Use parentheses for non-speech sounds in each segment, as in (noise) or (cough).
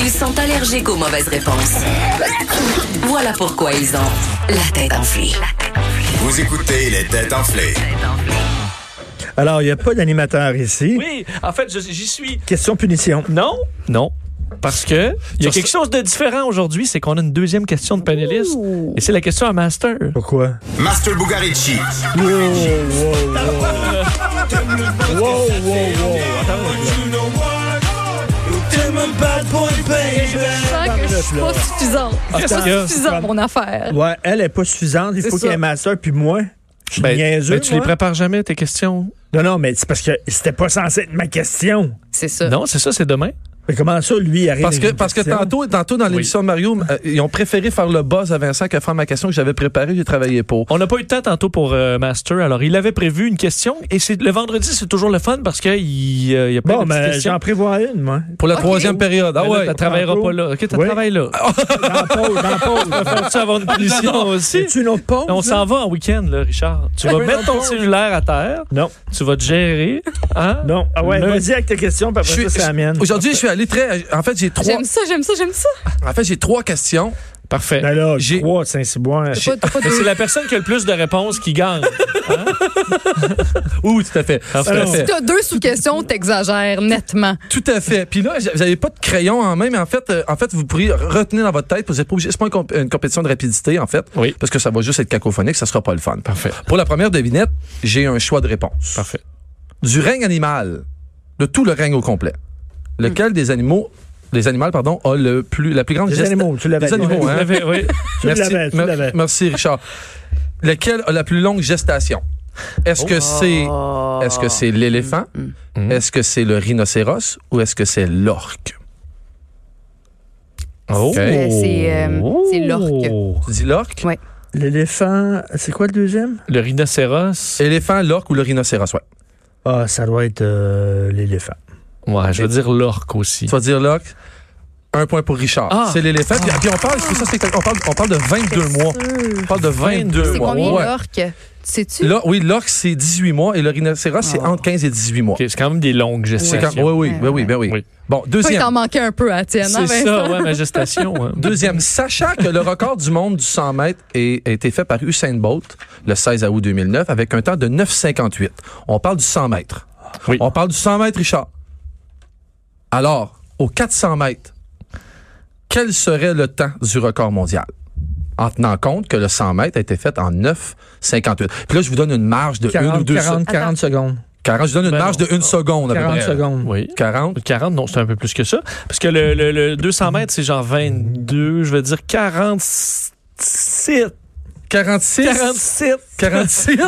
Ils sont allergiques aux mauvaises réponses. Voilà pourquoi ils ont la tête enflée. Vous écoutez les têtes enflées. Alors, il n'y a pas d'animateur ici. Oui, en fait, je- j'y suis. Question punition. Non, non. Parce que il y a quelque chose de différent aujourd'hui, c'est qu'on a une deuxième question de panéliste. Et c'est la question à Master. Pourquoi? Master Bugarici. sens que je suis pas suffisante. Ah, C'est t'as- pas suffisant mon affaire. Ouais, elle est pas suffisante. Il C'est faut ça. qu'il y ait ma soeur puis moi. Je suis Ben, niaiseux, ben, tu les moi. prépares jamais, tes questions? Non, non, mais c'est parce que c'était pas censé être ma question. C'est ça. Non, c'est ça, c'est demain. Mais comment ça, lui, il arrive Parce que, avec une parce que question? tantôt, tantôt dans l'émission de Mario, euh, ils ont préféré faire le buzz à Vincent que faire ma question que j'avais préparée, j'ai travaillé pour. On n'a pas eu de temps tantôt pour euh, Master, alors il avait prévu une question. Et c'est le vendredi, c'est toujours le fun parce qu'il y euh, il y a plein Bon, ben, de petites mais questions. j'en prévois une, moi. Pour la troisième période. Ah Mais ben, là, ouais. t'as travailleras tantôt. pas là. OK, t'as Oui. (laughs) travaillé là. Dans la pause, dans la (laughs) pause. Faut-tu avoir une punition aussi? C'est une autre pause. On là? s'en va en week-end, là, Richard. Tu vas Oui, mettre on ton pense. cellulaire à terre, Non, tu vas te gérer. Hein? non. Ah ouais, Le- vas-y avec ta question, puis Je après suis- ça, c'est la mienne. Aujourd'hui, je suis allé très. En fait, j'ai trois. J'aime ça, j'aime ça, j'aime ça. En fait, j'ai trois questions. Parfait. Ben là, j'ai- trois, saint cyboire T'as pas- t'as pas Mais de- c'est la personne qui a le plus de réponses qui gagne. Ouh, tout à fait. Ah Tout à Alors- fait. T'as deux sous-questions, t'exagères nettement. Tout à fait. Puis là, j'a- j'avais pas de crayon en main, mais en fait, euh, en fait, vous pourriez retenir dans votre tête. Vous êtes pas obligé. C'est pas une, comp- une compétition de rapidité, en fait. Oui. Parce que ça va juste être cacophonique, ça sera pas le fun. Parfait. Pour la première devinette, j'ai un choix de réponse. Parfait. Du règne animal, de tout le règne au complet, Hmm. lequel des animaux, des animaux, pardon, a le plus, la plus grande Des gesta- animaux, tu l'avais. Des animaux, Vous hein. l'avez, oui. Tu l'avais, tu mer- l'avais. merci, Richard. Lequel a la plus longue gestation? Est-ce que c'est Oh. est-ce que c'est l'éléphant? Mm, Est-ce que c'est le rhinocéros ou est-ce que c'est l'orque? Oh. C'est- c'est, euh, c'est l'orque. Tu dis l'orque? Ouais. L'éléphant, c'est quoi le deuxième? Le rhinocéros. Éléphant, l'orque ou le rhinocéros, ouais. Ah, ça doit être euh, l'éléphant. Ouais, je veux dire l'orque aussi. Tu vas dire l'orque. Un point pour Richard. Ah. C'est l'éléphant. Puis, puis on parle, c'est ça, c'est- on parle, on parle de 22 mois. On parle de 22 C'est mois. combien Ouais. l'orque? Sais-tu? Là, oui, l'orque, c'est 18 mois et le rhinocéros, c'est Ah. entre 15 et 18 mois. Ok, c'est quand même des longues C'est quand- gestations. oui, oui, oui, oui, ben oui. Oui. Bon, Peut deuxième. t'en manquer un peu à la tienne. hein, C'est Vincent? ça, ouais, ma gestation. hein. Deuxième, sachant que le record du monde du 100 mètres est- a été fait par Usain Bolt le 16 août 2009 avec un temps de 9,58. On parle du 100 mètres. Oui. On parle du 100 mètres, Richard. Alors, aux 400 mètres, quel serait le temps du record mondial? En tenant compte que le 100 mètres a été fait en 9,58. Puis là, je vous donne une marge de 1 ou 40, 2 40, 40 secondes. 40, je vous donne une Ben marge non. de 1 seconde à peu 40 près. secondes. Oui. 40. 40, non, c'est un peu plus que ça. Parce que le, le- le 200 mètres, c'est genre 22, je veux dire 47. 46. 47. (laughs) 46.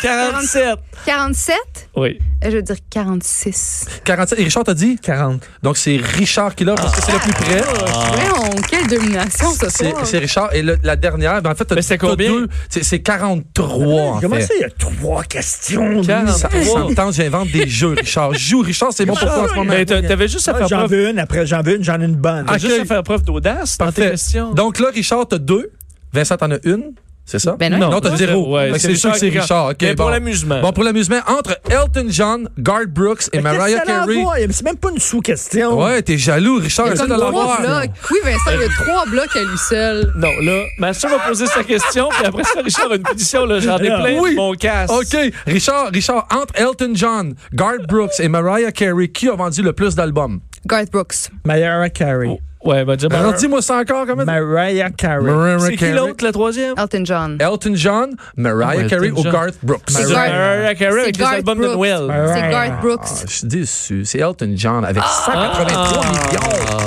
47. 47? Oui. Euh, Je veux dire 46. 47. Et Richard t'a dit? 40. Donc, c'est Richard qui l'a parce que c'est le plus près. Ah, Voyons, quelle domination ce Ah. C'est soir. c'est Richard. Et le- la dernière, ben, en fait, t'as- Mais c'est t'as combien? deux. C'est c'est 43, en Comment fait. ça, il y a trois questions? Ah, lui? 40. Ça- ça me tente, j'invente des jeux, Richard. Joue, Richard, c'est bon pour toi en ce moment. Mais Ben, t'a- t'avais juste à Ah, faire J'en preuve. veux une, après j'en veux une, j'en ai une bonne. t'as juste Ok. à faire preuve d'audace dans tes Parfait. questions. Donc là, Richard, t'as deux. Vincent, t'en as une. C'est ça? Ben non. non, t'as zéro. Ouais, Fait que c'est sûr que c'est qui- Richard. OK, Mais bon. pour l'amusement. Bon, pour l'amusement, entre Elton John, Garth Brooks et Mais qu'est-ce Mariah que ça a à Carey. voir? C'est même pas une sous-question. Ouais, t'es jaloux, Il Richard. y a Essaie comme de trois l'avoir. blocs. Oui, Vincent, il y a trois blocs à lui seul. Non, là, Mathieu va poser sa question, puis après ça, Richard a une punition, là, j'en ai plein Oui. de mon casque. OK, Richard, Richard, entre Elton John, Garth Brooks et Mariah Carey, qui a vendu le plus d'albums? Garth Brooks. Mariah Carey. Oh. Ouais, ben, déjà, ben, Alors, dis-moi ça encore, comment? Mariah Carey. Mariah c'est qui Carey. l'autre, la troisième? Elton John. Elton John, Mariah Elton Carey ou John. Garth Brooks? C'est C'est Garth- Mariah Carey avec c'est les Garth albums de Brooks. Noël. C'est Garth Ah, Brooks. je suis déçu. C'est Elton John avec Ah! 183 millions.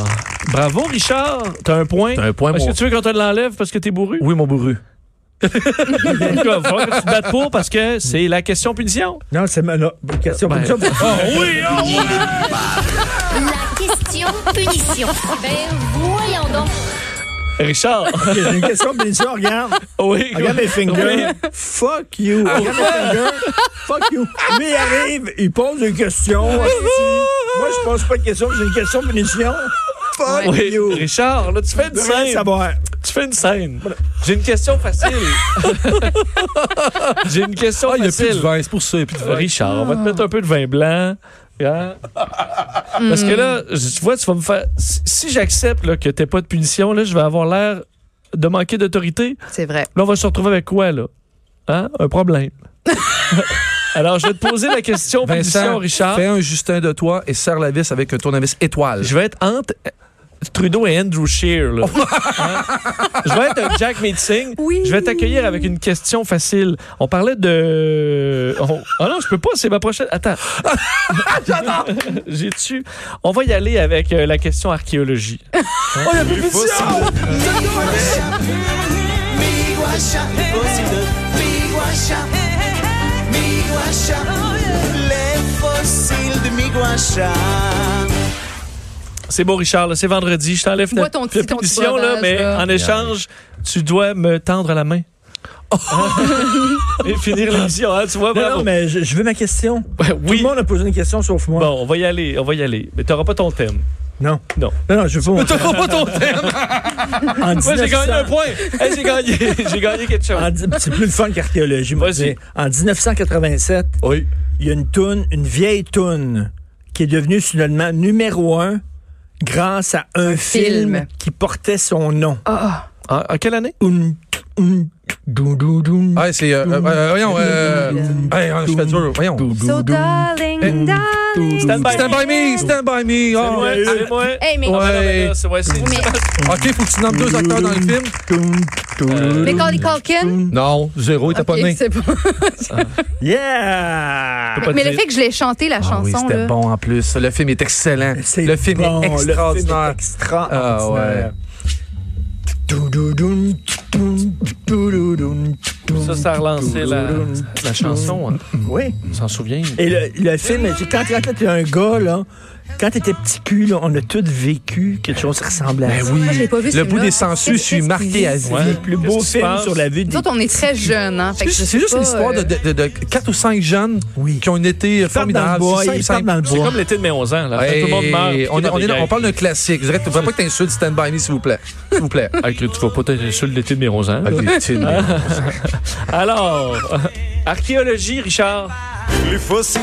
Bravo, Richard. T'as un point. Ben, T'as un point, Est-ce mon- que tu veux qu'on te l'enlève parce que t'es bourru? Oui, mon bourru. Il va falloir que tu te battes pour parce que c'est la question punition. Non, c'est ma là, une question Ben. comme ça. oui, La question punition. Ben voyons donc. Richard. Ah, Ok, J'ai une question punition. Regarde. Oui. Regarde mes fingers. Fuck you. Ah, Regarde mes fingers. Fuck you. Lui, il arrive, il pose une question. Ah, Moi, je pose pas de question, j'ai une question punition. Fuck Oui. (laughs) you. Richard, là, tu fais une Je veux rien scène. savoir. Tu fais une scène. J'ai une question facile. J'ai une question Ah, il n'y a plus de facile. vin, c'est pour ça, il n'y a plus de vin. Richard, on va te mettre un peu de vin blanc. hein? Parce que là, je- tu vois, tu vas me faire. Si si j'accepte là, que t'aies pas de punition, là, je vais avoir l'air de manquer d'autorité. C'est vrai. Là, on va se retrouver avec quoi, là? Hein? Un problème. Alors, je vais te poser la question, punition, Vincent, Richard. fais un Justin de toi et serre la vis avec un tournevis étoile. Je vais être entre Trudeau et Andrew Scheer. (laughs) là. Hein? Je vais être un Jack Meeting. Oui. Je vais t'accueillir avec une question facile. On parlait de. Oh, oh non, je peux pas, c'est ma prochaine. (laughs) Attends. J'ai dessus. On va y aller avec euh, la question archéologie. Oh, la punition. C'est beau, Richard, là, c'est vendredi. Je t'enlève Bois ta, ton ta petit- ton petit pétition, là, breuvage, mais là. en échange, tu dois me tendre la (laughs) main. et finir l'émission, hein, tu vois, Non, bravo. non, mais je, je veux ma question. Ouais, Tout oui. le monde a posé une question sauf moi. Bon, on va y aller, on va y aller. Mais t'auras pas ton thème. Non. Non. Non, non, je veux pas. T'auras pas ton thème. En Moi, j'ai gagné 1900 un point. Hey, Eh, j'ai (laughs) gagné. j'ai gagné quelque chose. en dix- C'est plus le fun qu'archéologie. moi, tu Vas-y. sais. En 1987, Oui. il y a une toune, une vieille toune, qui est devenue soudainement numéro un grâce à un, film. Ah. film. qui portait son nom. En, en Ah, quelle année? Un, un, dou, dou, dou. Ah, c'est. euh, euh, euh, voyons, euh, hey, je fais dur, voyons. So darling, darling. Stand by, Stand by me, stand by C'est me. moi, ah. c'est moi. Hey, mais Ah, ben non, ben Ouais. là, c'est- ouais, c'est- Ah, OK, faut que tu nommes deux acteurs dans le film. Macaulay Culkin. Non, zéro, il t'a pas Ok, né. c'est bon. Yeah! Faut pas Mais le dire. fait que je l'ai chanté, la Ah oui, chanson, c'était là. bon en plus. Le film est excellent. Ben, C'est Le film bon, est extraordinaire. Le film est extraordinaire. Ah, ouais. Dou, dou, dou, dou, dou, dou, dou, dou, Ça, ça a relancé dou, la, dou, dou. la chanson. hein. Oui. On s'en souvient. Eh, Et le, le film, tu sais, quand, quand t'es un gars, là, quand t'étais petit cul, là, on a tous vécu quelque chose qui ressemblait à ça. Moi, je l'ai pas vu, Le bout celui-là. des sangsues, Ben je suis Qu'est-ce qu'il marqué à dit? vie. Ouais. Le plus beau Qu'est-ce qui se film passe? sur la vie des... Nous autres, on est très jeunes, hein. Fait C'est que je juste- sais C'est juste pas, l'histoire de, euh, de, de, de quatre ou cinq jeunes Oui. qui ont partent été dans le formidables. bois, C'est simple, ils partent simple. dans le C'est bois. comme l'été de mes 11 ans. Là. Quand Hey, tout le monde meurt. puis on, tout est- le monde on, est- est on parle d'un classique. Je dirais, faudrait pas que tu insultes Stand By Me, s'il vous plaît. S'il vous plaît. Ah, gay. Hey, que Ah. tu vas pas être seul l'été de mes 11 ans. (laughs) Alors, (laughs) archéologie, Richard. Les fossiles.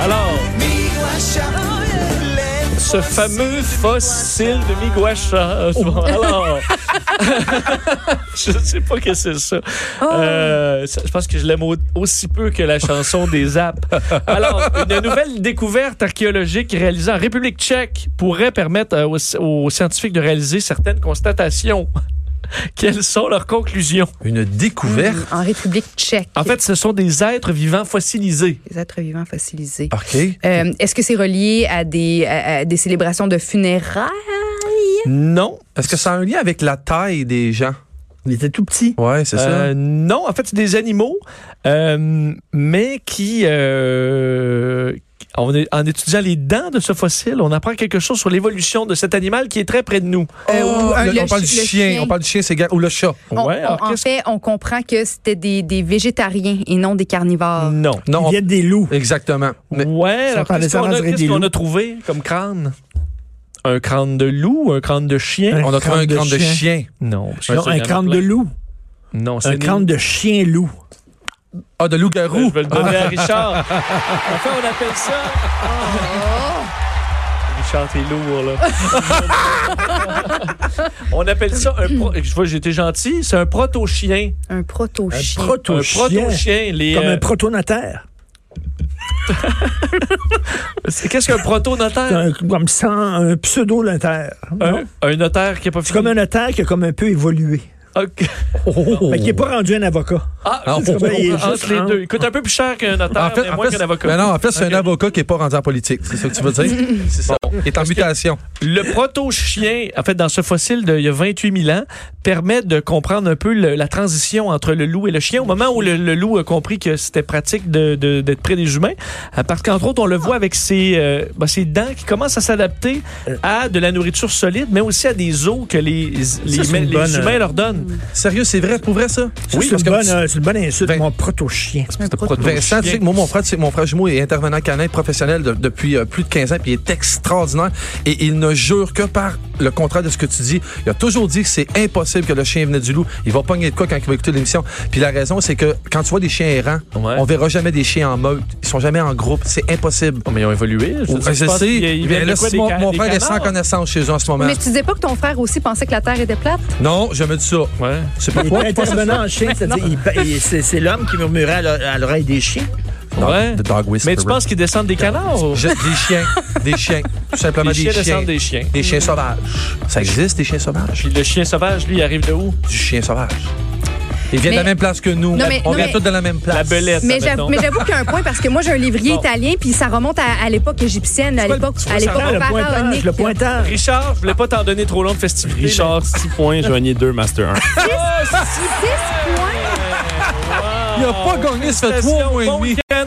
Alors, ce fameux fossile de Miguacha. Alors, (laughs) je sais pas que c'est ça. Euh, ça- je pense que je l'aime au- aussi peu que la chanson des (laughs) apps. Alors, une nouvelle découverte archéologique réalisée en République tchèque pourrait permettre euh, aux, aux scientifiques de réaliser certaines constatations. (laughs) Quelles sont leurs conclusions? Une découverte. euh, En République tchèque. En fait, ce sont des êtres vivants fossilisés. Les êtres vivants fossilisés. OK. Euh, Est-ce que c'est relié à des, à- à des célébrations de funérailles? Non. Est-ce que ça a un lien avec la taille des gens? Il était tout petit. Ouais, c'est Euh, non, en fait, c'est des animaux, euh, mais qui, euh, on est- en étudiant les dents de ce fossile, on apprend quelque chose sur l'évolution de cet animal qui est très près de nous. Oh, euh, ou- là, le on parle du chi- chien. le chien. Oh. On parle du chien, c'est gar- Ou le chat. On- Ouais, on- alors en qu'est-ce- fait, on comprend que c'était des, des végétariens et non des carnivores. Non. Non, Il y a des loups. on- exactement. Mais ouais, ça alors parle qu'est-ce des qu'on a, rases qu'est-ce des qu'on a loups. trouvé comme crâne? Un crâne de loup, un crâne de chien? Un on a trouvé un crâne de crâne de chien. chien. Non. Non, un crâne de loup. Non, c'est Un crâne de chien-loup. Ah, de Euh, Je loup-garou. vais le donner à Richard. (laughs) Enfin, on appelle ça. oh. Richard, t'es lourd, là. (laughs) on appelle ça un. Pro... Je vois, j'étais gentil. C'est un proto-chien. Un proto-chien. Un Proto-chien. proto-chien. les, Comme euh, un protonataire. c'est- Qu'est-ce qu'un C'est proto-notaire? un- Comme sans un pseudo-notaire. Un, un notaire qui n'a pas C'est fini. comme un notaire qui a comme un peu évolué. OK. Fait qu'il n'est pas rendu un avocat. Ah, Ah, c'est oh, comme oh, oh, entre les hein. deux. Il coûte un peu plus cher qu'un notaire, mais moins qu'un avocat. mais non, en fait, c'est Ok. un avocat qui n'est pas rendu en politique. C'est ça que tu (laughs) veux dire? c'est ça. Il est en mutation. Le proto-chien, en fait, dans ce fossile d'il y a 28 000 ans, permet de comprendre un peu le- la transition entre le loup et le chien. Au moment où le, le loup a compris que c'était pratique de- de- d'être près des humains, euh, parce qu'entre autres, on le voit avec ses, euh, bah, ses dents qui commencent à s'adapter Euh. à de la nourriture solide, mais aussi à des os que les, les, c'est une les bonne, humains euh, leur donnent. Sérieux, c'est vrai? Pour vrai, ça? Ça, c'est une, bonne, euh, c'est une bonne insulte, Ben- mon proto-chien. Vincent, tu sais que moi, mon frère, tu sais, mon frère jumeau est intervenant canin professionnel de- depuis euh, plus de 15 ans, puis il est extraordinaire. Et il ne jure que par le contraire de ce que tu dis. Il a toujours dit que c'est impossible que le chien venait du loup. Il va pogner de quoi quand il va écouter l'émission. Puis la raison, c'est que quand tu vois des chiens errants, Ouais. on verra jamais des chiens en meute. Ils sont jamais en groupe. C'est impossible. Oh, mais ils ont évolué. Je, veux dire, Ouais, je pense sais. qu'il y a- il Mais vient de là, quoi, si des mon, ca- mon des frère est sans canards? connaissance chez eux en ce moment. Mais tu disais pas que ton frère aussi pensait que la Terre était plate? Non, je me dis ça. Ouais. C'est pas Il toi. était intervenant en chien, c'est-à-dire, il pa- il- c'est c'est l'homme qui murmurait à l'o- à l'oreille des chiens. Dog- Ouais. the dog Mais whisperer. tu penses qu'ils descendent des canards? ou- Je- des chiens, des chiens, tout simplement Les des, chiens chiens, descendent des chiens. des chiens sauvages. Ça existe des chiens sauvages, Puis le chien sauvage, lui, il arrive de où? du chien sauvage. Ils viennent de Mais- la même place que nous. Non, mais- on non, vient mais- tous de la même place. La belette. Mais ça, mettons. j'avoue mais j'avoue qu'il y a un point parce que moi, j'ai un livrier (laughs) Bon. italien, puis ça remonte à, à l'époque égyptienne, à vois le- l'époque tu vois à ça l'époque Ah, le pointage, pharaonique. le pointage. Richard, je voulais pas t'en donner trop long de festivité. Richard, 6 points, Joanie 2, Master 1. Six points. Il n'a pas gagné, ça fait trois mois et Bon demi. week-end